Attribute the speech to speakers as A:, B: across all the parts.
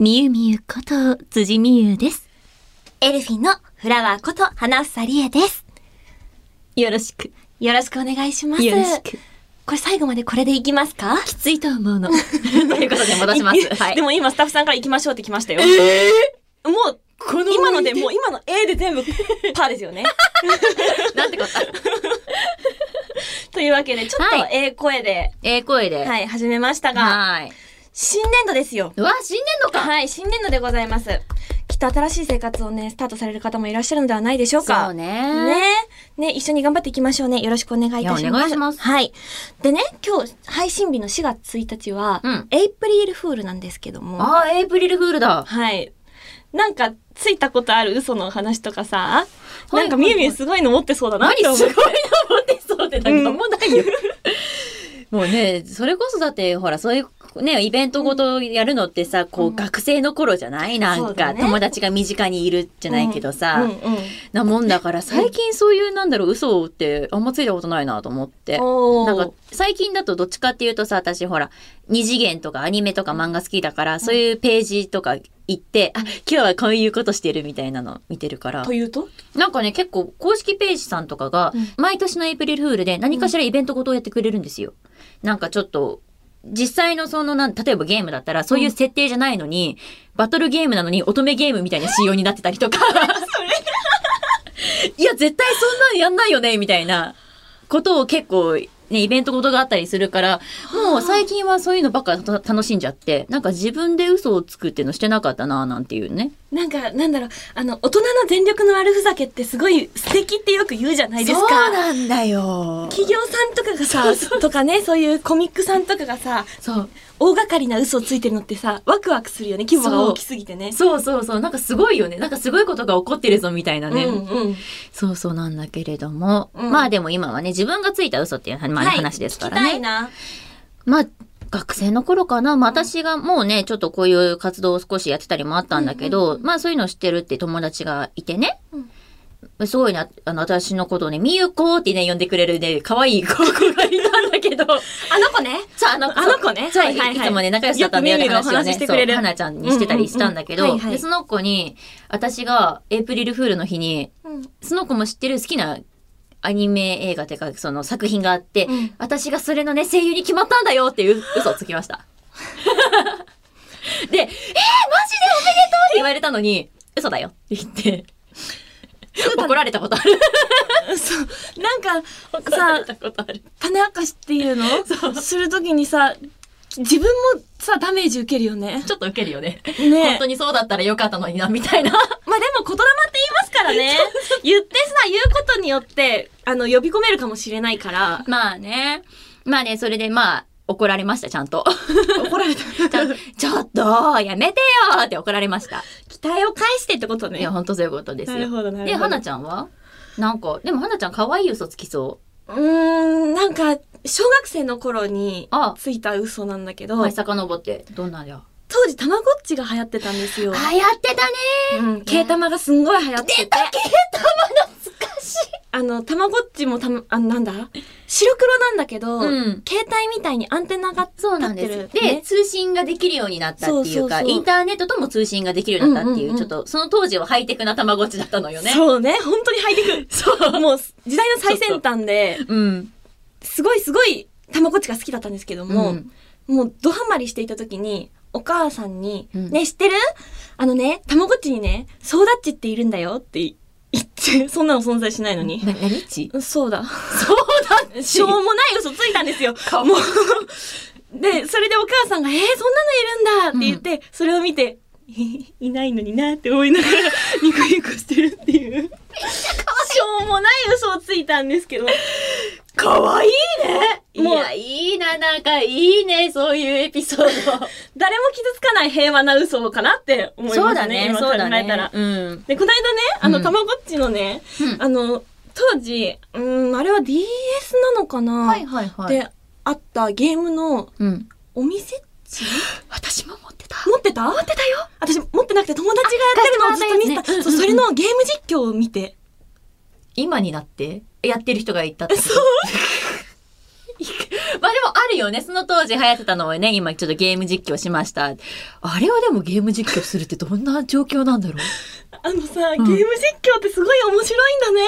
A: みゆみゆこと辻みゆです。
B: エルフィンのフラワーこと花房理恵です。
A: よろしく。
B: よろしくお願いします。
A: よろしく。
B: これ最後までこれでいきますか
A: きついと思う の。ということで戻します。はい。
C: でも今スタッフさんから行きましょうって来ましたよ。もう、
A: この
C: 今ので、もう今の A で全部パーですよね。
A: なんてこと
C: というわけで、ちょっと
A: は
C: A 声で、
A: ええ声で。
C: はい、
A: い。
C: 始めましたが、
A: はい。
C: 新年度ですよ。
A: うわ、新年度か。
C: はい、新年度でございます。きっと新しい生活をね、スタートされる方もいらっしゃるのではないでしょうか。
A: そうね
C: ね。ね、一緒に頑張っていきましょうね。よろしくお願いいたします。
A: いやお願いします
C: はい。でね、今日配信日の4月1日は、
A: うん
C: エイプリルフールなんですけども。
A: あー、エイプリルフールだ。
C: はい。なんか、ついたことある嘘の話とかさ、
A: い
C: なんかみゆみゆすごいの持ってそうだなっ
A: 何
C: て思
A: す
C: う
A: ごい。なモテそうってなんかもうないよ。 もうね、それこそだって、ほら、そういう、ね、イベントごとやるのってさ、こう、学生の頃じゃないな
C: そ
A: ん
C: う
A: か、
C: だね
A: 友達が身近にいるじゃないけどさ、
C: うんうん
A: なもんだから、最近そういう、なんだろう、嘘ってあんまついたことないなと思って。
C: お
A: なん
C: ー
A: か、最近だとどっちかっていうとさ、私ほら、二次元とかアニメとか漫画好きだから、そういうページとか行って、あ、今日はこういうことしてるみたいなの見てるから
C: と。いうと
A: なんかね、結構公式ページさんとかが
C: うん、
A: 毎年のエイプリルフールで何かしらイベントごとをやってくれるんですよ。なんかちょっと、実際のそのなん、例えばゲームだったら、そういう設定じゃないのに、バトルゲームなのに乙女ゲームみたいな仕様になってたりと か。いや、絶対そんなのやんないよね、みたいなことを結構、ね、イベントごとがあったりするから、もう最近はそういうのばっかた楽しんじゃって、なんか自分で嘘をつくっていうのしてなかったな、なんていうね。
C: なんか、なんだろう、あの、大人の全力の悪ふざけってすごい素敵ってよく言うじゃないです
A: そ
C: か。
A: うなんだよ。
C: 企業さんとかがさ、とかね、そういうコミックさんとかがさ、
A: そう。
C: 大掛かりな嘘をついてるのってさ、ワクワクするよね。規模が大きすぎてね。
A: そうそうそう。なんかすごいよね。なんかすごいことが起こってるぞみたいなね。
C: うんうん。
A: そうそうなんだけれども。
C: うん
A: まあでも今はね、自分がついた嘘っていう、まあ、
C: はい
A: 話ですから
C: 聞きたい
A: ね。
C: な。
A: まあ、学生の頃かな、まあ、私がもうね、ちょっとこういう活動を少しやってたりもあったんだけど、まあそういうの知ってるって友達がいてね。すごいな、あの、私のことをね、みゆこってね、呼んでくれるね、可愛い子がいたんだけど。
C: あの子ね。
A: そう、あの
C: あの子ね
A: そう、
C: はいいはいはい
A: つもね、仲良しだったんだよって
C: よく耳
A: 話
C: が
A: を
C: お
A: ね、
C: 話ししてくれ
A: そ
C: る
A: う、花ちゃんにしてたりしたんだけど、
C: うんうんうんはいはい
A: でその子に、私がエイプリルフールの日に、
C: うん。
A: その子も知ってる好きなアニメ映画っていうか、その作品があって、
C: うん
A: 私がそれのね、声優に決まったんだよっていう嘘をつきま した。で、えー、マジでおめでとうって言われたのに、嘘だよって言って、怒られたことある。
C: そう。なんか、
A: 怒ら
C: さ
A: れ、たことある。
C: 種明かしっていうのするときにさ、自分もさ、ダメージ受けるよね。
A: ちょっとウケるよね。
C: ね
A: 本当にそうだったらよかったのにな、みたいな。
C: まあでも言霊って言いますからね。 言ってさ、言うことによって、あの、呼び込めるかもしれないから。
A: まあね。まあね、それでまあ、怒られました、ちゃんと。
C: 怒られた。
A: ち ゃん ちょっと、やめてよって怒られました。
C: 期待を返してってこと
A: い
C: ね
A: や、。ほんとそういうことですよ。
C: ほど、な
A: で、はなちゃんはなんか、でもはなちゃん可愛い嘘つきそう
C: ーん、なんか、小学生の頃に
A: あ
C: ついた嘘なんだけ
A: う。
C: ど、
A: はい、遡って。どんなんだよ。
C: 当時たまごっちが流行ってたんですよ。
A: あ、やってたね
C: うん、ケータマがすんごい流行ってて。
A: 懐かしい。
C: あの、たまごっちもたま、あの、なんだ白黒なんだけど、
A: うん
C: 携帯みたいにアンテナが
A: そうなんです
C: 立
A: よ
C: っ。てる
A: で、
C: ね
A: 通信ができるようになったっていうか、
C: そうそうそう
A: インターネットとも通信ができるようになったっていう、
C: うんうん
A: ち
C: う
A: ょっ
C: ん
A: と、その当時はハイテクなたまごっちだったのよね。
C: そうね、本当に入ってく。そう。 もう、時代の最先端で、
A: うん。
C: すごいすごい、たまごっちが好きだったんですけども、
A: うん
C: もう、ドハマりしていた時に、お母さんに、
A: うん
C: ね、知ってるあのね、たまごっちにね、ソーダッチっているんだよって言って、 そんなの存在しないのに。
A: な、なにち
C: そうだ。
A: そうだ
C: しょうもない嘘ついたんですよ。
A: かわいい
C: もうで、それでお母さんが、えー、そんなのいるんだって言って、それを見て、 えいないのになって思いながら、 ニコニコしてるっていう。しょうもない嘘をついたんですけど。
A: かわいいねい
C: もう
A: や、いいな、なんかいいね、そういうエピソ ー
C: 誰も傷つかない平和な嘘かなって思
A: ド。
C: いますね。今考えたら。
A: うん。
C: で、この間ね、あ
A: う
C: の、
A: ん
C: たまごっちのね、
A: うん
C: あの、当時、うーん、あれは DS なのかな、
A: はいはいはい。、
C: で、あったゲームの
A: うん。
C: お店っち
A: 私も持ってた。
C: 持ってた持ってたよ私持ってなくて友達がやってるのをずっと見て
A: あ貸してもらったやつね
C: た。そうそれのゲーム実況を見て。
A: 今になってやってる人がいたって。そう。まあでもあるいよね。その当時流行ってたのをね、今ちょっとゲーム実況しました。あれはでもゲーム実況するってどんな状況なんだろう
C: あのさ、
A: ん
C: ゲーム実況ってすごい面白いんだね。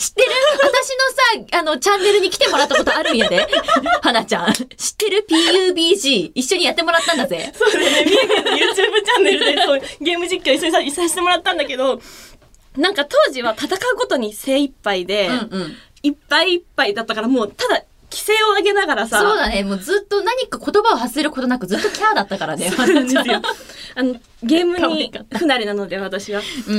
A: 知ってる私のさ、あの、チャンネルに来てもらったことあるんやで。はなちゃん。知ってる ?PUBG。一緒にやってもらったんだぜ。
C: そうだね、みやくんの YouTube チャンネルでそうゲーム実況一緒にさ一緒にさせてもらったんだけど、なんか当時は戦うことに精一杯で、
A: うんうん。
C: いっぱいいっぱいだったからもうただ規制を上げながらさ、
A: そうだね。もうずっと何か言葉を発せることなくずっとキャーだったからね。
C: そうなんですよ。あの、ゲーム
A: 可愛
C: に
A: かっ
C: 不慣れなので私は。
A: うんう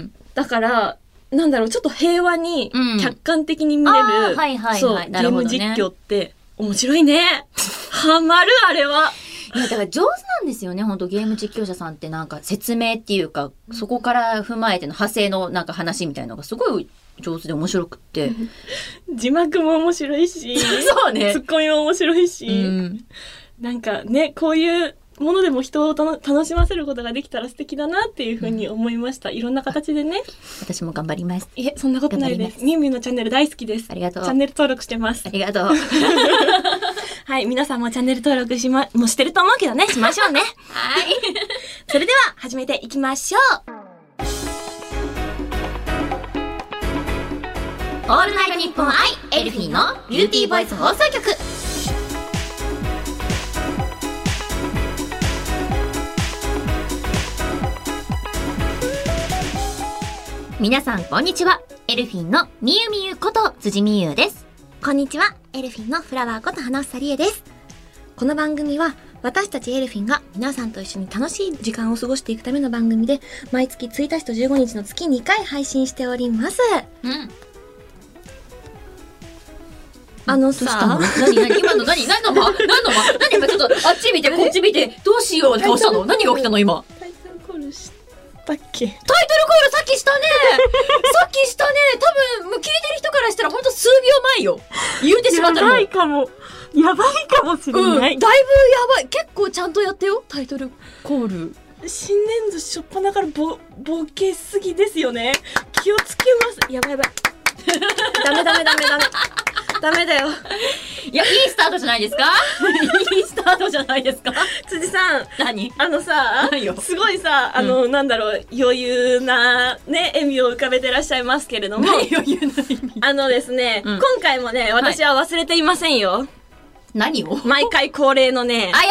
A: ん
C: だから、なんだろう、ちょっと平和に
A: うん
C: 客観的に見れる、
A: あーはいはいはい
C: そう、ゲ
A: なる
C: ー
A: ほ
C: ム
A: どね
C: 実況って面白いね。ハマる、あれは。
A: うん。いや、だから上手なんですよね。本当ゲーム実況者さんってなんか説明っていうか、そこから踏まえての派生のなんか話みたいなのがすごい上手で面白くって。
C: 字幕も面白いし、
A: そうね
C: ツッコミも面白いし、
A: うん。
C: なんかね、こういうものでも人をたの楽しませることができたら素敵だなっていうふうに思いました。いろんな形でね。
A: 私も頑張ります。
C: いえ、そんなことないです。みゆみゆのチャンネル大好きです。
A: ありがとう
C: チャンネル登録してます
A: あ。り がとう。
C: はい、皆さんもチャンネル登録しま、もうしてると思う けどね、しましょうね。
A: はい。
C: それでは始めていきましょう。
A: オールナイトニッポン愛エルフィンのビューティーボイス放送局。皆さんこんにちは。エルフィンのみゆみゆこと辻みゆです。
B: こんにちは。エルフィンのフラワーこと花房理恵です。この番組は私たちエルフィンが皆さんと一緒に楽しい時間を過ごしていくための番組で毎月1日と15日の月2回配信しております。
A: うん。
B: あのさ、
A: 何何今の何何の間何の間何今ちょっとあっち見てこっち見てどうしようって顔したの何が起きたの今
C: タイトルコールしたっけ
A: タイトルコールさっきした ねさっきしたね多分もう聞いてる人からしたらほんと数秒前よ言うてしま
C: や
A: ったの
C: ばいかも。やばいかもし
A: う
C: れ
A: ん、だ
C: ないい。
A: ぶやばい結構ちゃんとやってよタイトルコール
C: 新年度しょっぱなからぼ、ぼけすぎですよね。気をつけます。やばいやばい。ダメダメダメダメ。ダメだよ。
A: いやいいスタートじゃないです かいいスタートじゃないですか
C: 辻さん。
A: 何
C: あのさ
A: ないよ、
C: すごいさ、あの、なんだろう、余裕な、ね、笑みを浮かべてらっしゃいますけれども、
A: 何を言うの
C: あのですね、
A: うん
C: 今回もね、私は忘れていませんよ。
A: 何を
C: 毎回恒例のね
A: あ、やだ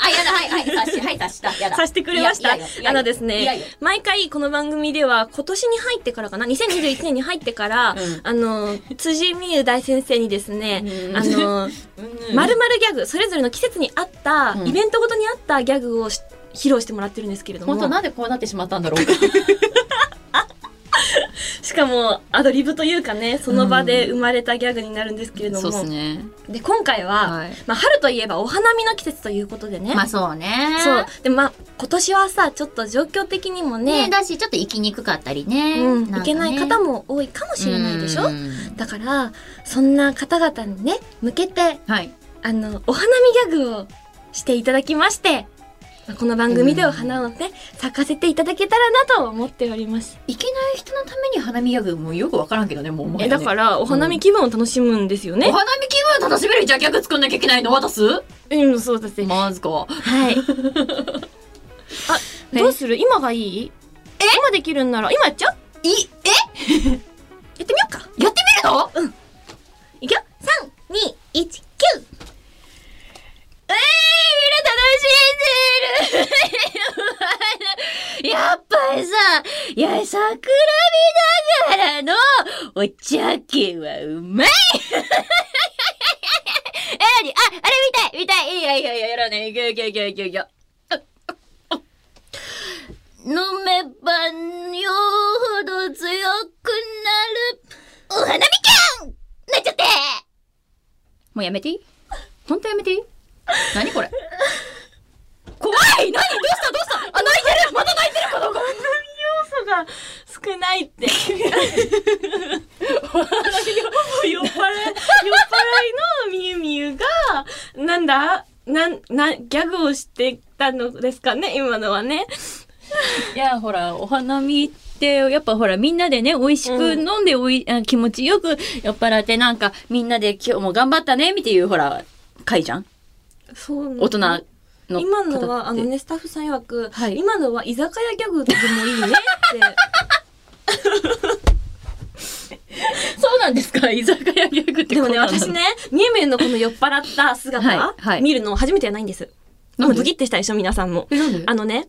A: あやだはいはい察しはい察したやだ
C: させてくれました。
A: いやいやいや
C: あのです
A: いやい
C: ね
A: や、
C: 毎回この番組では今年に入ってからかな、2021年に入ってから、
A: うん
C: あの、辻美優大先生にですね
A: う、ん
C: あの、まるまるギャグ、それぞれの季節に合った、
A: うん
C: イベントごとに合ったギャグをし披露してもらってるんですけれども
A: 本当なんでこうなってしまったんだろうか
C: しかもアドリブというかねその場で生まれたギャグになるんですけれども、
A: そうですね
C: で今回は、
A: はい
C: まあ、春といえばお花見の季節ということでね、
A: まあそうね
C: そうでまあ今年はさちょっと状況的にもね
A: ねだしちょっと行きにくかったりね
C: うん、
A: んかね
C: いけない方も多いかもしれないでしょ
A: うん
B: だからそんな方々にね、向けて
A: はい
B: あの、お花見ギャグをしていただきまして、まあこの番組でお花をね、咲かせていただけたらなと思っております。
A: いけない人のために花見ギャグもよくわからんけどねもうもは
C: え
A: やね
C: だからお花見気分を楽しむんですよ
A: お
C: ね、
A: 花見気分楽しめるじゃあ逆作んなきゃいけないの渡す
C: うんそうだって
A: マジか。
B: はい。
C: どうする今がいいえ今できるんなら今やっちゃう
A: い、え
C: やってみようか
A: やってみるの
C: いくよ
B: 3、2、1、9!
A: ええー、みんな楽しんでるやっぱりさ、いや、桜見ながらのお茶系はうまい え、なにあ、あれ見たい見たいいいよいいよいいよ、やろうね。いくよいくよいくよいくよいくよ。飲めばよほど強くなる。お花見キャンなっちゃってもうやめていいほんとやめてい い何これ怖い何どうしたどうしたあ、泣いてるまた泣いてるこの子
C: 要素が少ないって酔っ払い酔っ払いのみゆみゆがなんだなんなんギャグをしてたのですかね今のはね
A: いや、ほら、お花見って、やっぱほら、みんなでね、美味しく飲んで、おい、あ気持ちよく酔っ払って、なんか、みんなで今日も頑張ったね、みていう、ほら、会じゃん
C: そう
A: 大人の方って。
C: 今のはあのねスタッフさん曰く、
A: はい
C: 今のは居酒屋ギャグでもいいねって
A: そうなんですか居酒屋ギャグって
C: でもね
A: こんなの
C: 私ねみえみえのこの酔っ払った姿、
A: はいはい
C: 見るの初めてはないんです
A: な
C: も
A: ん
C: う
A: で
C: ドキッてしたでしょ皆さんも
A: えなんで
C: あのね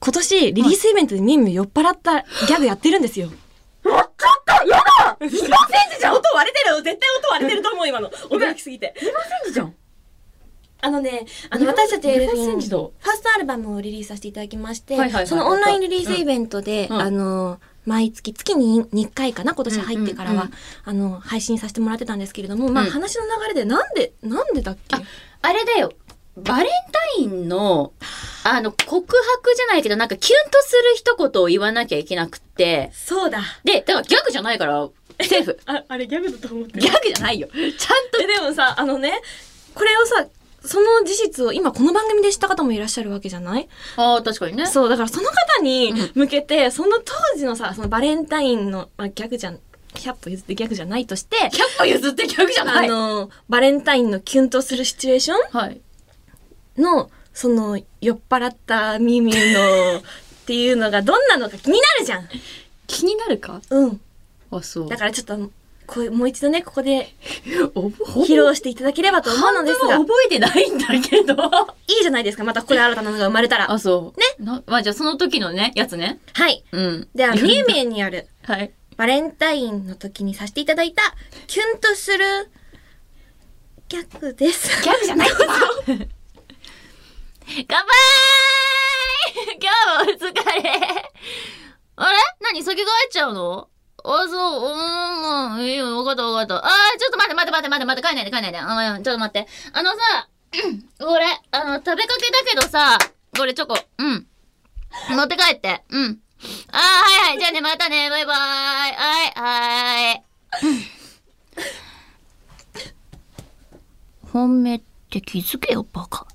C: 今年リリースイベントでみえみえ酔っ払ったギャグやってるんですよ、ちょっとやだセンチじゃん音割れてる絶対音割れてると思う今の驚きすぎて
A: センチじゃん。
C: あのね、あの私たちエルフィン、
A: セン
C: フ
A: チ
C: ァ
A: だ
C: ーストアルバムをリリースさせていただきまして、
A: はいはいはい
C: そのオンラインリリースイベントで、
A: うん
C: あの、毎月、月に2回かな、今年入ってからは、
A: うん
C: あの、配信させてもらってたんですけれども、まあ
A: うん
C: 話の流れで、なんで、なんでだっけ
A: ああれだよ。バレンタインの、あの、告白じゃないけど、なんかキュンとする一言を言わなきゃいけなくって。
C: そうだ。
A: で、だからギャグじゃないから、セー フ。
C: あ、あれギャグだと思って
A: ギャグじゃないよ。ちゃんと。
C: えでもさ、あのね、これをさ、その事実を今この番組で知った方もいらっしゃるわけじゃない
A: ああ、確かにね。
C: そう、だからその方に向けて、その当時のさ、そのバレンタインの、まあ、ギャグじゃん、100歩譲ってギャグじゃないとして、
A: 100歩譲ってギャグじゃない。
C: あの、バレンタインのキュンとするシチュエーショ
A: はい。
C: ンの、その、酔っ払ったミミの、っていうのがどんなのか気になるじゃん。
A: 気になるか
C: うん。
A: あ、そう。
C: だからちょっと、こうもう一度ね、ここで
A: おぼ
C: 披露していただければと思うのですが、い
A: 半分は覚えてないんだけど。
C: いじゃないですか。またここで新たなのが生まれた ら。
A: あ、そう。ね。なまあ、じゃあその時のね、やつね。
C: はい。
A: うん。
C: では、ミエミエにある、
A: はい。
C: バレンタインの時にさせていただいた、キュンとする、ギャグです。
A: ギャグじゃないわ乾杯今日もお疲れあれ何先帰っちゃうのあ、そう、うん、うん、いいよ、わかったわかった。あー、ちょっと待って待って待って待って待って、帰んないで帰んないで。あーちょっと待って。あのさ、これ、あの、食べかけだけどさ、これチョコ、うん。持って帰って、うん。あー、はいはい、じゃあね、またね、バイバイ。はい、はい。本命って気づけよ、バカ。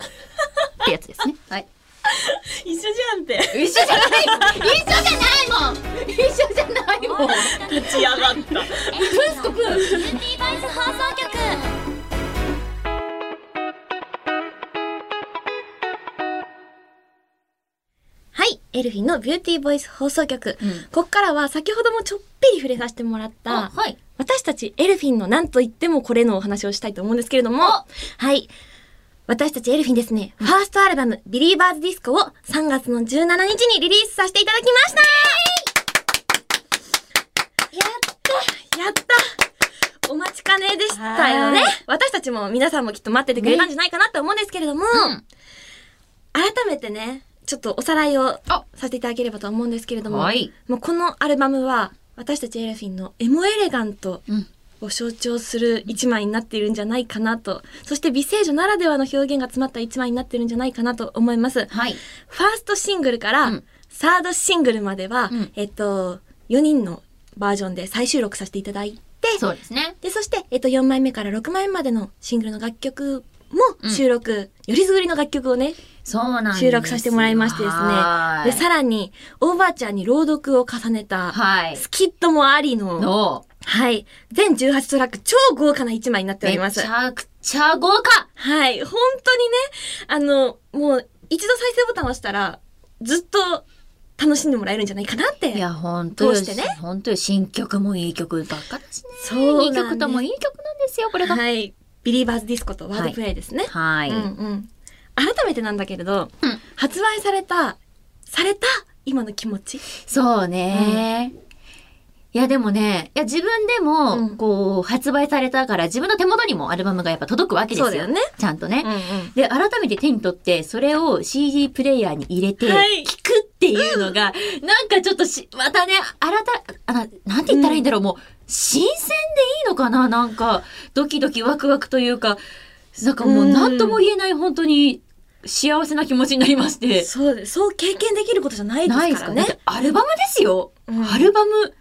A: ってやつですね。 はい。
C: 一緒じゃんって。
A: 一緒じゃない一緒じゃないもん一緒じゃないもん
C: 立ち上がった。はい。エルフィンのビューティーボイス放送局。
A: うん
C: ここからは先ほどもちょっぴり触れさせてもらった、
A: はい。
C: 私たちエルフィンの何と言ってもこれのお話をしたいと思うんですけれども、はい。私たちエルフィンですね、ファーストアルバム、ビリーバーズディスコを3月の17日にリリースさせていただきましたやったやったお待ちかねでしたよね
A: は
C: 私たちも皆さんもきっと待っててくれたんじゃないかなと思うんですけれども、
A: うん。
C: 改めてね、ちょっとおさらいを
A: あ
C: させていただければと思うんですけれども、
A: はい
C: もうこのアルバムは私たちエルフィンのエモエレガント
A: うん。
C: を象徴する一枚になっているんじゃないかなと、そして美声女ならではの表現が詰まった一枚になっているんじゃないかなと思います。
A: はい。
C: ファーストシングルか
A: う
C: ら
A: ん
C: サードシングルまでは、
A: うん
C: えっと、4人のバージョンで再収録させていただいて、
A: そうですね。
C: で、そして、えっと、4枚目から6枚目までのシングルの楽曲
A: うん
C: も収録、よりすぐりの楽曲をね、
A: そうなんです。
C: 収録させてもらいましてですね。
A: は
C: で、
A: い。
C: さらに、オーバーちゃんに朗読を重ねた、
A: はい。
C: スキットもありの、
A: の、
C: はい、全18トラック、超豪華な一枚になってお
A: め
C: りま
A: ち
C: す。
A: ゃくちゃ豪華
C: はい、本当にね、あの、もう、一度再生ボタンを押したら、ずっと楽しんでもらえるんじゃないかなって。
A: いや、ほんとよ
C: 通してね
A: ほんとよ新曲もいい曲ばっかだしね。
C: そうなん
A: いい
C: です
A: 曲ともいい曲なんですよ、これが。
C: はい、ビリーバーズディスコとワードプレイですね。
A: はい。
C: うんうん。改めてなんだけれど、
A: うん
C: 発売された、された、今の気持ち。
A: そうね。いやでもね、いや自分で
C: う
A: も、
C: ん
A: こう、発売されたから、自分の手元にもアルバムがやっぱ届くわけですよ。
C: そうだよね
A: ちゃんとね。
C: ん
A: で、改めて手に取って、それを CD プレイヤーに入れて、聴
C: はい
A: くっていうのが、なんかちょっとし、またね、新た、あな、なんて言ったらいいんだろう、もう、新鮮でいいのかななんか、ドキドキワクワクというか、なんかもう
C: うん
A: 何とも言えない本当に幸せな気持ちになりまして。
C: そうです。そう経験できることじゃない
A: ない
C: で
A: ですすから
C: か
A: ね。だ
C: ね
A: っ。てアルバムですよ。
C: うん
A: アルバム。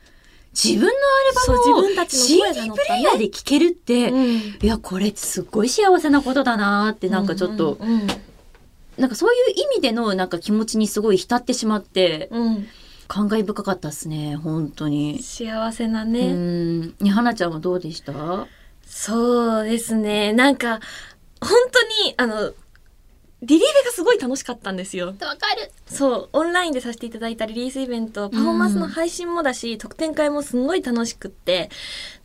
A: 自分のアルバムを
C: そう自分たちの声が
A: CD
C: 乗っ
A: プ
C: たね
A: レイヤーで聴けるって、
C: うん
A: いや、これすっごい幸せなことだなーって、なんかちょっと、
C: うん
A: なんかそういう意味でのなんか気持ちにすごい浸ってしまって、
C: うんうん
A: 感慨深かったですね本当に。
C: 幸せな
A: う
C: ね、
A: ん。に花ちゃんはどうでした？
C: そうですねなんか本当にあのリリーベがすごい楽しかったんですよ
A: かる。
C: そうオンラインでさせていただいたリリースイベントパフォーマンスの配信もだし、特典会もすごい楽しくって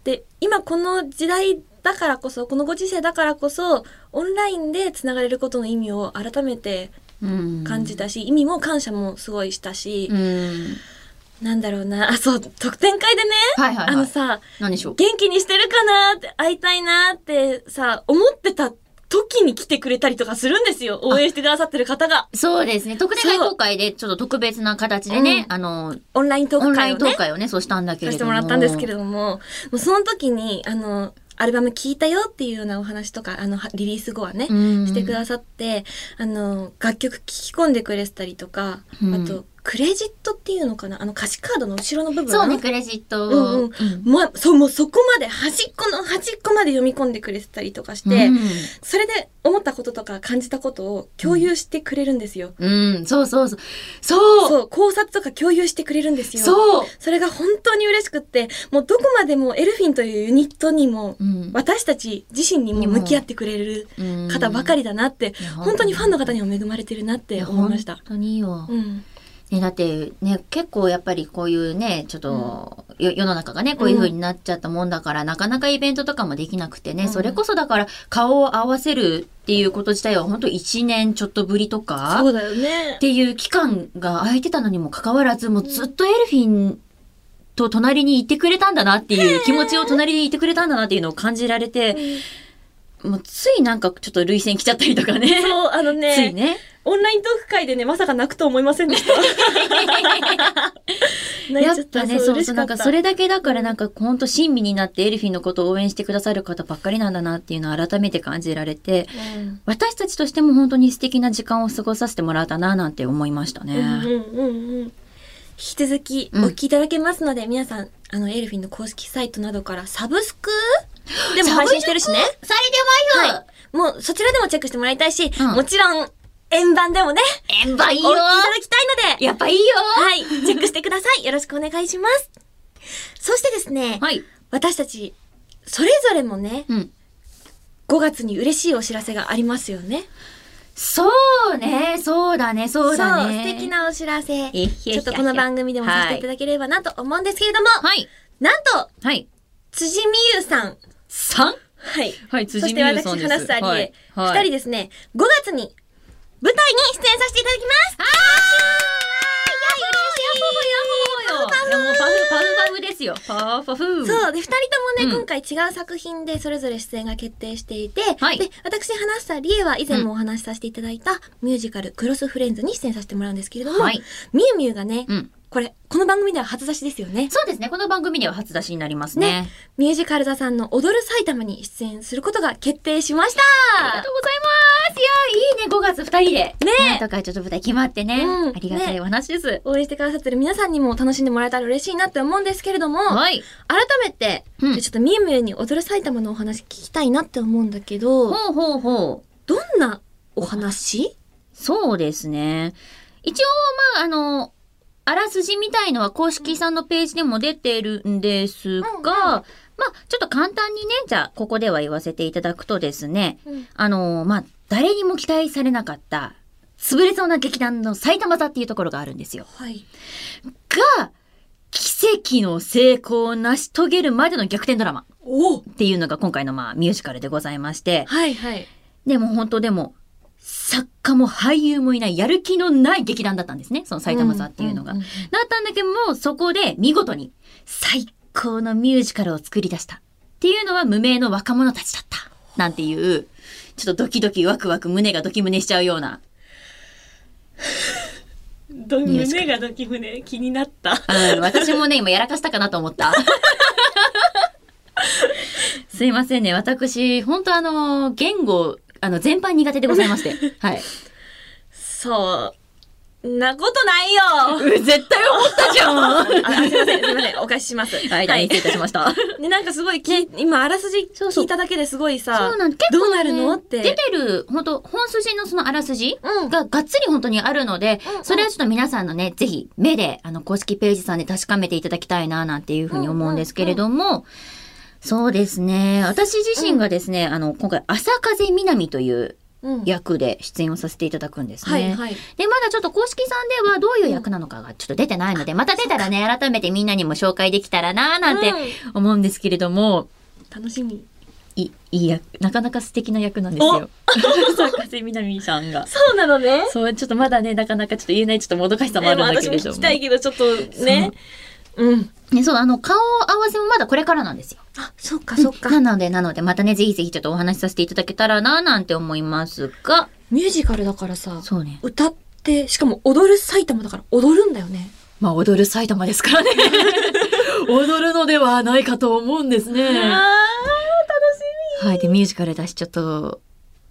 C: で今この時代だからこそこのご時世だからこそオンラインでつながれることの意味を改めて
A: うん。
C: 感じ。たし、意味も感謝もすごいしたし
A: う、ん。
C: なんだろうなあそう特典会でね、
A: はいはい
C: あ
A: は
C: の
A: い。
C: さ
A: 何でしょう。
C: 元気にしてるかなって会いたいなってさ思ってた時に来てくれたりとかするんですよ応援してくださってる方が
A: そうですね。特典会公開でちょっと特別な形でね、
C: う
A: あの、
C: オンライントー
A: オ
C: ク
A: ンライ
C: 会を
A: ン投
C: ね
A: 開をね、そうしたんだけ
C: さ
A: れ
C: せ
A: ども。
C: てもらったんですけれどももうその時にあのアルバム聴いたよっていうようなお話とかあのはリリース後はね、
A: うん
C: してくださってあの楽曲聴き込んでくれてたりとか、
A: うん
C: あとクレジットっていうのかなあの歌詞カードの後ろの部分
A: そうね、クレジットを。
C: うんうん
A: ん
C: ま、そうもうそこまで端っこの端っこまで読み込んでくれてたりとかして、それで思ったこととか感じたことを共有してくれるんですよ。
A: うん、うん、そうそうそう。そう
C: そう、考察とか共有してくれるんですよ。
A: そう
C: それが本当に嬉しくって、もうどこまでもエルフィンというユニットにも、
A: うん
C: 私たち自身にも向き合ってくれる
A: うん
C: 方ばかりだなって、
A: いや
C: 本当にファンの方にも恵まれてるなって思いまし
A: 本
C: た。
A: 当にいいよ。
C: うん。
A: ね、だってね、結構やっぱりこういうね、ちょっと、よ世の中がね、こういう風になっちゃったもんだから、なかなかイベントとかもできなくてね、
C: うん
A: それこそだから顔を合わせるっていうこと自体は本当1年ちょっとぶりとか
C: そう、だよね
A: っ。ていう期間が空いてたのにもかかわらず、もうずっとエルフィンと隣にいてくれたんだなっていう気持ちを隣にいてくれたんだなっていうのを感じられて、もうついなんかちょっと涙腺来ちゃったりとかね。
C: そう、あの
A: つい
C: ね、
A: ね。
C: オンライントーク会でね、まさか泣くと思いませんでした。泣
A: や
C: い
A: っ
C: ちゃっ
A: ぱ
C: た。
A: ね、そうそう、なんかそ
C: れ
A: れだけだからなんか本当親身になってエルフィンのことを応援してくださる方ばっかりなんだなっていうのを改めて感じられて、私たちとしても本当に素敵な時間を過ごさせてもらったななんて思いましたね。
C: うんうんうんうん引き続きお聞きいただけますので、皆さん、あの、エルフィンの公式サイトなどからサブス クでも配信してるしね。
A: されてま
C: はい。もうそちらでもチェックしてもらいたいし、
A: うん
C: もちろん、円盤でもね、
A: いよ円盤いい
C: お
A: よ
C: 聞きいただきたいので、
A: やっぱいいよ
C: はい、チェックしてください。よろしくお願いします。そしてですね、
A: はい。
C: 私たち、それぞれもね、
A: うん。
C: 5月に嬉しいお知らせがありますよね。
A: そうね、そうだね、そうだね。
C: そう素敵。なお知らせ。
A: えひえひえ
C: ちょっとこの番組でもさせていただければなと思うんですけれども、
A: はい。
C: なんと、
A: はい。
C: 辻美優さん。
A: 3?
C: はい。
A: はい、
C: そ
A: 辻
C: して
A: 美優
C: 私、
A: さんです。
C: 花さん
A: は
C: に
A: い、
C: 二、
A: はい
C: 人ですね、5月に舞台に出演させていただきます。
A: やっほーよいやもうパフパフパフですよ。パフパフ。
C: そう。で、二人ともね、
A: うん
C: 今回違う作品でそれぞれ出演が決定していて、
A: はい
C: で、私、花さりえは以前もお話しさせていただいたミュージカル、クロスフレンズに出演させてもらうんですけれども、
A: はい
C: みゆみゆがね、
A: うん。
C: これ、この番組では初出しですよね。
A: そうですね。この番組では初出しになりますね。
C: ねミュージカル座さんの踊る埼玉に出演することが決定しました。
A: ありがとうございます。いや、いいね、5月2人で。
C: ね
A: なんとかちょっと舞台決まってね。
C: うん
A: ありがたいお話です。
C: 応援してくださってる皆さんにも楽しんでもらえたら嬉しいなって思うんですけれども、
A: はい。
C: 改めて、
A: うん
C: じゃあちょっとみゆみゆに踊る埼玉のお話聞きたいなって思うんだけど、
A: ほうほうほう。
C: どんなお話
A: そうですね。一応、まあ、あの、あらすじみたいのは公式さんのページでも出てるんですが、
C: うんうん
A: まあ、ちょっと簡単にね、じゃあ、ここでは言わせていただくとですね、
C: うん
A: あの、まあ、誰にも期待されなかった、潰れそうな劇団の埼玉座っていうところがあるんですよ。
C: はい。
A: が、奇跡の成功を成し遂げるまでの逆転ドラマ
C: お
A: っていうのが今回のまあミュージカルでございまして、
C: はいはい。
A: でも本当でも、作家も俳優もいないやる気のない劇団だったんですね、その埼玉座っていうのが。
C: ん
A: だ
C: ん
A: っ
C: ん
A: たんだけども、そこで見事に最高のミュージカルを作り出したっていうのは無名の若者たちだった。なんていう、ちょっとドキドキワクワク胸がドキ胸しちゃうような
C: ど胸がドキ胸気になった。
A: うん、私もね、今やらかしたかなと思った。すいませんね。私、本当あの、言語、あの、全般苦手でございまして。はい。
C: そう。んなことないよ
A: 絶対思ったじゃんは
C: あすいません、すいません、お返しします。
A: い、大変失礼いたしました。
C: で、なんかすごい聞い、今、あらすじ
A: そうそう
C: 聞いただけですごいさ
A: そう、なん結
C: ど
A: 構
C: うな
A: ね
C: るのって
A: 出てる、本当本筋のそのあらすじ
C: うん
A: ががっつり本当にあるので
C: うんう、ん
A: それはちょっと皆さんのね、ぜひ目で、あの、公式ページさんで確かめていただきたいな、なんていうふうに思うんですけれども、そうですね。私自身がですね、あの、今回、朝風みなみという
C: うん
A: 役で出演をさせていただくんですね。
C: はい、はい。
A: で、まだちょっと公式さんではどういう役なのかがちょっと出てないので、また出たらね、改めてみんなにも紹介できたらな、なんて思うんですけれども、
C: 楽しみ。
A: いいい役、なかなか素敵な役なんですよ。 朝風みなみさんが。
C: そうなのね。
A: そう、ちょっとまだね、なかなかちょっと言えないちょっともどかしさもあるんだけれ
C: でも私
A: ども。
C: も聞きたいけど、ちょっとね。うん。
A: ね、そう、あの、顔合わせもまだこれからなんですよ。
C: あ、そっかそっか。
A: なので、なので、またね、ぜひぜひちょっとお話しさせていただけたらな、なんて思いますが、
C: ミュージカルだからさ、
A: そうね。
C: 歌って、しかも踊る埼玉だから踊るんだよね。
A: まあ、踊る埼玉です からね。踊るのではないかと思うんですね。はい、で、ミュージカルだし、ちょっと、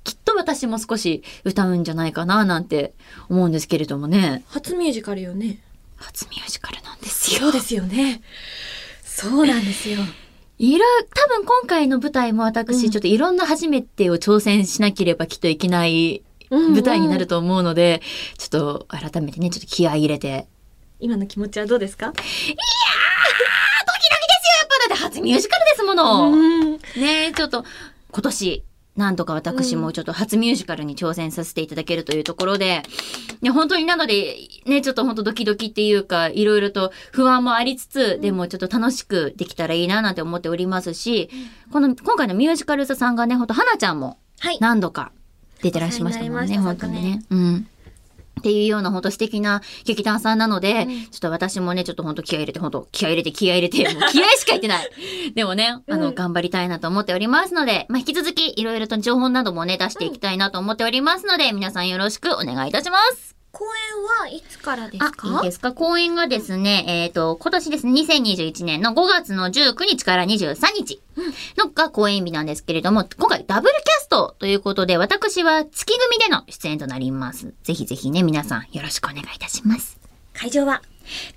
A: きっと私も少し歌うんじゃないかな、なんて思うんですけれどもね。
C: 初ミュージカルよね。
A: 初ミュージカルなんですよ。
C: そうですよね。そうなんです よ。
A: いろ、多分今回の舞台も私、
C: うん
A: ちょっといろんな初めてを挑戦しなければきっといけない舞台になる
C: と。
A: と思うので、ちょっと改めてね、ちょっと気合い入れて。やっ
C: 今の気持ちはどうですか
A: ぱだって初ミュージカルですもの、
C: うん。
A: ねえちょっと、今年、なんとか私もちょっと初ミュージカルに挑戦させていただけるというところで、ね、本当になので、ね、ちょっと本当ドキドキっていうか、いろいろと不安もありつつ、でもちょっと楽しくできたらいいななんて思っておりますし、この、今回のミュージカル座さんがね、本当花ちゃんも
C: はい。
A: 何度か出てらっしゃいましたもんね、
C: お世話
A: 本
C: に
A: 当
C: なりま
A: に
C: し
A: ね。
C: た
A: うん。っていうような本当素敵な劇団さんなので、
C: うん
A: ちょっと私もね、ちょっと本当気合い入れて、本当気合い入れて、気合い入れて、もう気合いしか入って ない。でもね、あの、
C: うん
A: 頑張りたいなと思っておりますので、まあ、引き続きいろいろと情報などもね、出していきたいなと思っておりますので、皆さんよろしくお願いいたします。
C: 公演はいつからで
A: あ、いいですか公演がですね、えっ、と、今年ですね、2021年の5月の19日から23日のが公演日なんですけれども、今回ダブルキャストということで、私は月組での出演となります。ぜひぜひね、皆さんよろしくお願いいたします。
C: 会場は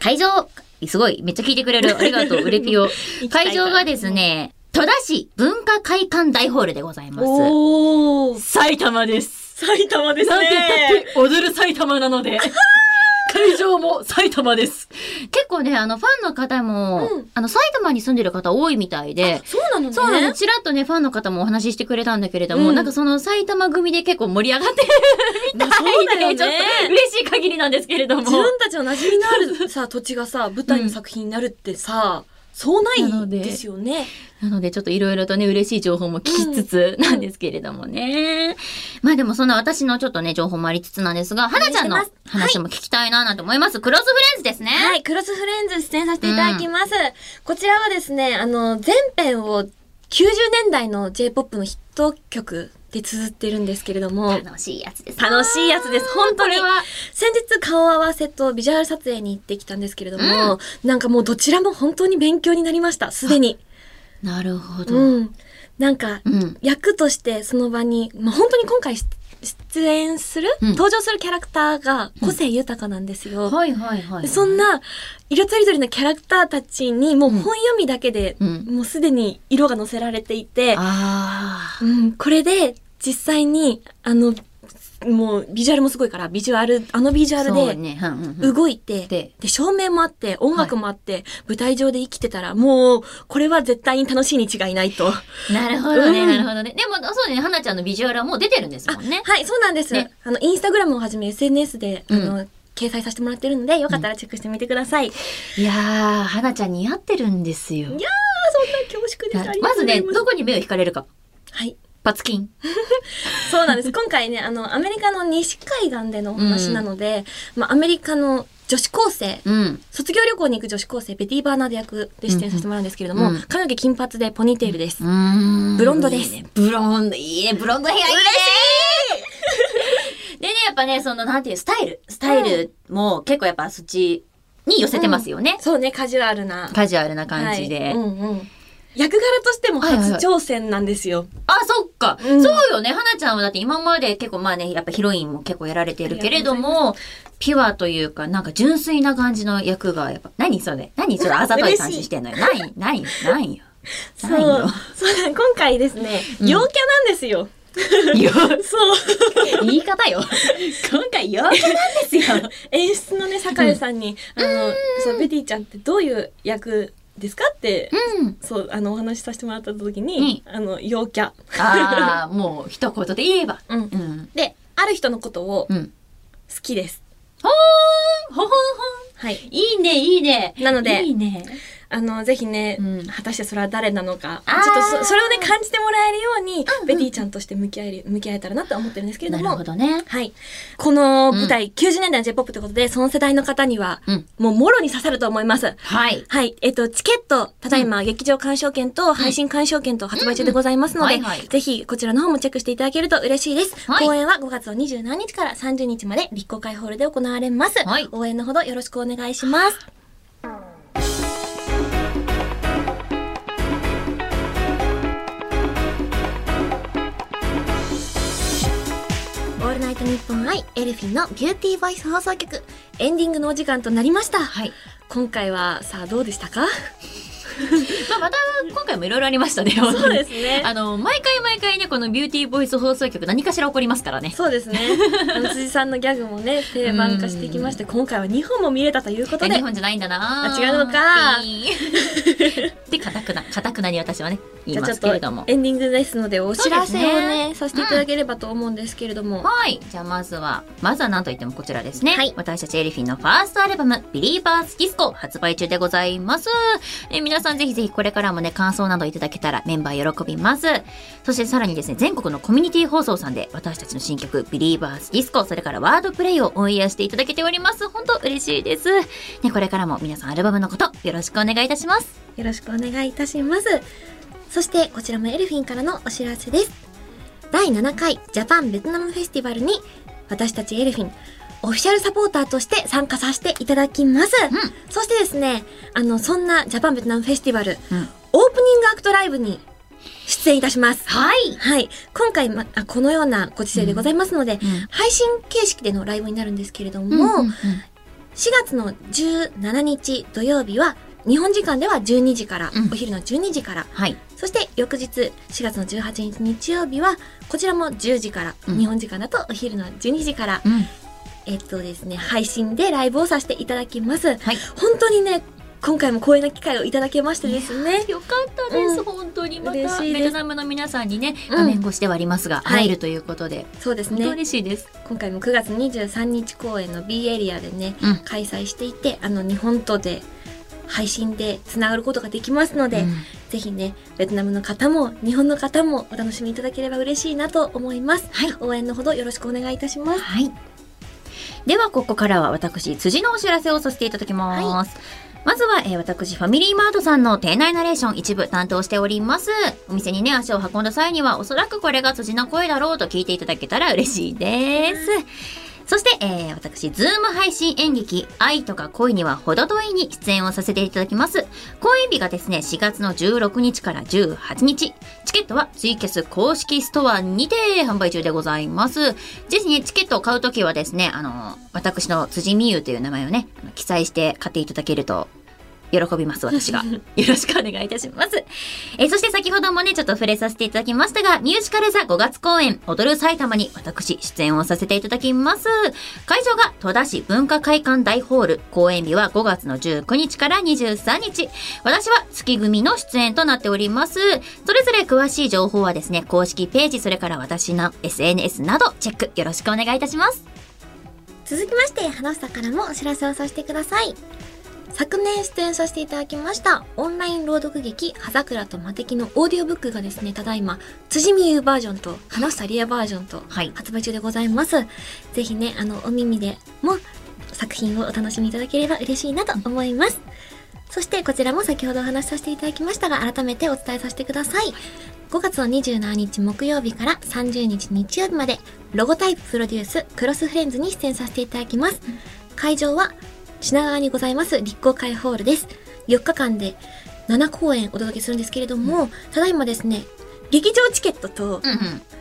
A: 会場、すごい、めっちゃ聞いてくれる。ありがとう、うれぴ よ
C: 行き。たいか
A: 会
C: ら
A: 場がですね、戸田市文化会館大ホールでございます。
C: おー
A: 埼玉です。
C: 埼玉です
A: なんて言
C: ね
A: ったって踊る埼玉なの で。会場も埼玉です。結構ね、あの、ファンの方も、
C: うん
A: あの、埼玉に住んでる方多いみたいで、
C: そうなのね
A: そうなの、ちらっとね、ファンの方もお話ししてくれたんだけれども、
C: うん
A: なんかその埼玉組で結構盛り上がってる
C: まあそうだ
A: みた
C: よ
A: いで、
C: ね
A: ちょっと嬉しい限りなんですけれども。
C: 自分たちの馴染みのあるさ土地がさ舞台の作品になるってさ、そうないですよね
A: なので、ちょっといろいろとね、嬉しい情報も聞きつつなんですけれどもね。まあでも、そんな私のちょっとね、情報もありつつなんですが、花ちゃんの
C: お願いします
A: 話も聞きたいななんて思います。クロスフレンズですね。
C: はいクロスフレンズ出演させていただきます、こちらはですねあの全編を90年代の J-POP のヒット曲で綴ってるんですけれども
A: 楽しいやつですね。
C: 楽しいやつです本当に
A: これは
C: 先日顔合わせとビジュアル撮影に行ってきたんですけれども、なんかもうどちらも本当に勉強になりましたすでに
A: なるほど。うん。
C: うんなんか役としてその場に、まあ、本当に今回し出演する、
A: うん
C: 登場するキャラクターが個性豊かなんですよ。
A: はいはいはい。
C: でそん、な色とりどりのキャラクターたちにもう本読みだけで、
A: うん。
C: もうすでに色が乗せられていて、
A: あ
C: うん、これで実際にあのもうビジュアルもすごいからビジュアルあのビジュ
A: あ。
C: アル
A: そう
C: で
A: ね。うんうんうん
C: 動いて、
A: で
C: で照明もあって音楽もあって、舞台上で生きてたらもうこれは絶対に楽しいに違いないと。
A: なるほどね、
C: うん
A: なるほどね。でも、そうね、花ちゃんのビジュアルはもう出てるんですもんね。
C: はい、そうなんです。
A: ね
C: あの、インスタグラムをはじめ SNS で、あの、掲載させてもらってるので、よかったらチェックしてみてください。
A: いやー、花ちゃん似合ってるんですよ。
C: 恐縮です。ありが
A: ま
C: と
A: ず
C: うござい
A: ね、
C: す
A: どこに目を引かれるか。
C: はい。
A: パツキン。
C: そうなんです。今回ね、あの、アメリカの西海岸でのお話なので、まあ、アメリカの女子高生、
A: うん。
C: 卒業旅行に行く女子高生、ベティ・バーナード役で出演させてもらうんですけれども、
A: うん
C: 髪の毛金髪でポニーテールです。
A: うん
C: ブロンドです
A: いいねブロンド、いいね、ブロンドヘアいいね。でね、やっぱね、その、なんていう、スタイル。スタイルも結構やっぱそっちに寄せてますよね。
C: そうね、カジュアルな
A: カジュアルな感じで。
C: はいうんうん。
D: 役柄としても初挑戦なんですよ。
A: あ、そっか、
D: うん
A: そうよね。花ちゃんはだって今まで結構まあね、やっぱヒロインも結構やられてるけれども、ピュアというか、なんか純粋な感じの役が、やっぱ、何それ何 ちょっとあざとい感じしてんのよ。ない、ない、ないよ。ない
D: そ
A: よ
D: う。。そう、今回ですね、
A: うん
D: 陽キャなんですよ。
A: いや
D: そう。
A: 言い方よ。
D: 今回陽キャなんですよ。演出のね、酒井さんに、あの、そう、ベティちゃんってどういう役ですかって、
A: うん。
D: そう、あの、お話しさせてもらった時に、あの、陽キャ。
A: ああ、もう一言で言えば。
D: うん
A: うん。
D: で、ある人のことを好
A: うん。
D: きです。
A: ほーんほほんほん
D: はい。
A: いいね、いいね。
D: なので
A: いいね。
D: あの、ぜひね、
A: うん
D: 果たしてそれは誰なのか、ち
A: あー
D: ょっとそそれをね、感じてもらえるように、
A: うん
D: ベティちゃんとして向き合える、向き合えたらなって思ってるんですけれど
A: なる
D: も
A: ほ、どね。
D: はい。この舞台、90年代の J-POP ということで、その世代の方には、
A: うん
D: もうもろに刺さると思います。
A: はい。
D: はい。えっと、チケット、ただいま劇場鑑賞券と配信鑑賞券と発売中でございますので、
A: うんうんはいはい
D: ぜひこちらの方もチェックしていただけると嬉しいです。
A: はい
D: 公演は5月の27日から30日まで立候会ホールで行われます。
A: はい
D: 応援のほどよろしくお願いします。
C: オールナイトニッポンアイエルフィンのビューティーボイス放送局エンディングのお時間となりました。
A: はい。
C: 今回はさあどう でしたか
A: まあ、また今回もいろいろありましたね。
D: そうですね。
A: あの、毎回毎回ね、このビューティーボイス放送局何かしら起こりますからね。
D: そうですね。あの辻さんのギャグも ね、定番化していきまして、今回は2本も見れたということ
A: 日
D: で、
A: 本じゃないんだな
D: あ違うのか
A: で、かたくな、かたくなに私はね、
D: じ
A: 言い
D: ゃあ
A: ま
D: ちょっ
A: す
D: と
A: けれども。
D: エンディングですので、お知らせを
A: そう
D: ね、
A: ですね
D: させていただければと思うんですけれども、
A: はい。じゃあまずは、まずは何と言ってもこちらですね。
D: はい
A: 私たちエルフィンのファーストアルバム、ビリーバーズディスコ発売中でございます。え皆さんぜひぜひこれからもね、感想などいただけたらメンバー喜びます。そしてさらにですね、全国のコミュニティ放送さんで私たちの新曲、ビリーバーズディスコ、それからワードプレイをオンエアしていただけております。本当嬉しいです。ね、これからも皆さんアルバムのこと、よろしくお願いいたします。
C: よろしくお願いいたします。そして、こちらもエルフィンからのお知らせです。第7回ジャパンベトナムフェスティバルに、私たちエルフィン、オフィシャルサポーターとして参加させていただきます。
A: う
C: そしてですね、あの、そんなジャパンベトナムフェスティバル、
A: うん
C: オープニングアクトライブに出演いたします。
A: はい。
C: はい。今回、ま、あこのようなご時世でございますので、
A: うん
C: 配信形式でのライブになるんですけれど
A: も
C: も、
A: う、
C: 4月の17日土曜日は、日本時間では12時から、
A: うん
C: お昼の12時から、
A: はい。
C: そして翌日4月の18日日曜日は、こちらも10時から、
A: うん
C: 日本時間だとお昼の12時から、
A: うん。
C: えっとですね、配信でライブをさせていただきます。
A: はい。
C: 本当にね、今回も光栄な機会をいただけましてですね。
A: よかったです、
C: うん
A: 本当にま
C: 嬉
A: た
C: しいで
A: ベ
C: す
A: トナムの皆さんにね
C: うん
A: 画面越しではありますが、
C: はい
A: 会えるということで、
C: そうです
A: 本当
C: ね。
A: 嬉しいです、
C: 今回も9月23日公演の B エリアでね、
A: うん
C: 開催していて、あの、日本とで配信でつながることができますので、
A: うん
C: ぜひね、ベトナムの方も日本の方もお楽しみいただければ嬉しいなと思います。
A: はい
C: 応援のほどよろしくお願いいたします。
A: はいではここからは私辻のお知らせをさせていただきます、まずは、えー私、ファミリーマートさんの店内ナレーション一部担当しております。お店にね、足を運んだ際には、おそらくこれが辻の声だろうと聞いていただけたら嬉しいです。そして、えー私、ズーム配信演劇、愛とか恋には程遠いに出演をさせていただきます。公演日がですね、4月の16日から18日。チケットはツイキャス公式ストアにて販売中でございます。ぜひね、チケットを買うときはですね、あの、私の辻美優という名前をね、あの記載して買っていただけると喜びます、私が。よろしくお願いいたします。えーそして先ほどもね、ちょっと触れさせていただきましたが、ミュージカル座5月公演、踊る埼玉に私、出演をさせていただきます。会場が戸田市文化会館大ホール、公演日は5月の19日から23日。私は月組の出演となっております。それぞれ詳しい情報はですね、公式ページ、それから私の SNS など、チェックよろしくお願いいたします。
C: 続きまして、花房からもお知らせをさせてください。昨年出演させていただきましたオンライン朗読劇「葉桜と魔敵」のオーディオブックがですねただいま辻美優バージョンと花房理恵バージョンと
A: はい。
C: 発売中でございますぜひねあのお耳でも作品をお楽しみいただければ嬉しいなと思いますそしてこちらも先ほどお話しさせていただきましたが改めてお伝えさせてください5月の27日木曜日から30日日曜日までロゴタイププロデュースクロスフレンズに出演させていただきます会場は品川にございます立候会ホールです4日間で7公演お届けするんですけれども、ただいまですね、劇場チケットと、
A: う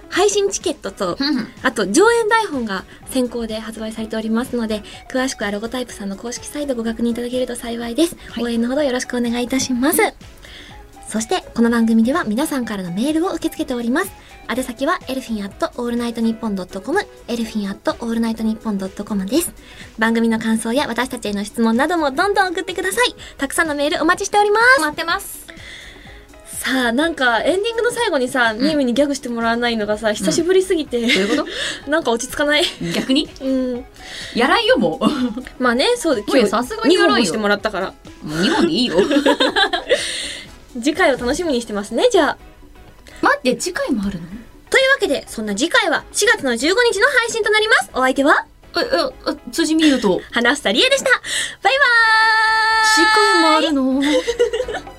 C: 配信チケットと、
A: んうん。
C: あと上演台本が先行で発売されておりますので、詳しくはロゴタイプさんの公式サイトご確認いただけると幸いです。応援のほどよろしくお願いいたします。そして、この番組では皆さんからのメールを受け付けております。宛先は、エルフィンアットオールナイトニッポンドットコム、エルフィンアットオールナイトニッポンドットコムです。番組の感想や私たちへの質問などもどんどん送ってください。たくさんのメールお待ちしております。
A: 待ってます。
C: さあ、なんかエンディングの最後にさ、ミームにギャグしてもらわないのがさ、久しぶりすぎて、
A: どういうこ
C: なんか落ち着かない。
A: と 逆に
C: うん。
A: やらんよ、もう。
C: まあね、そうで、
A: いやさすがに
C: 2
A: やら
C: 本
A: ん
C: も
A: よ
C: してもらったから。
A: もう2本でいいよ。
C: 次回を楽しみにしてますね、じゃあ。
A: 待って、次回もあるの
C: というわけで、そんな次回は4月の15日の配信となります。お相手は、
A: え、え、辻美優と。
C: 花房理恵でした。バイバーイ
A: 次回もあるの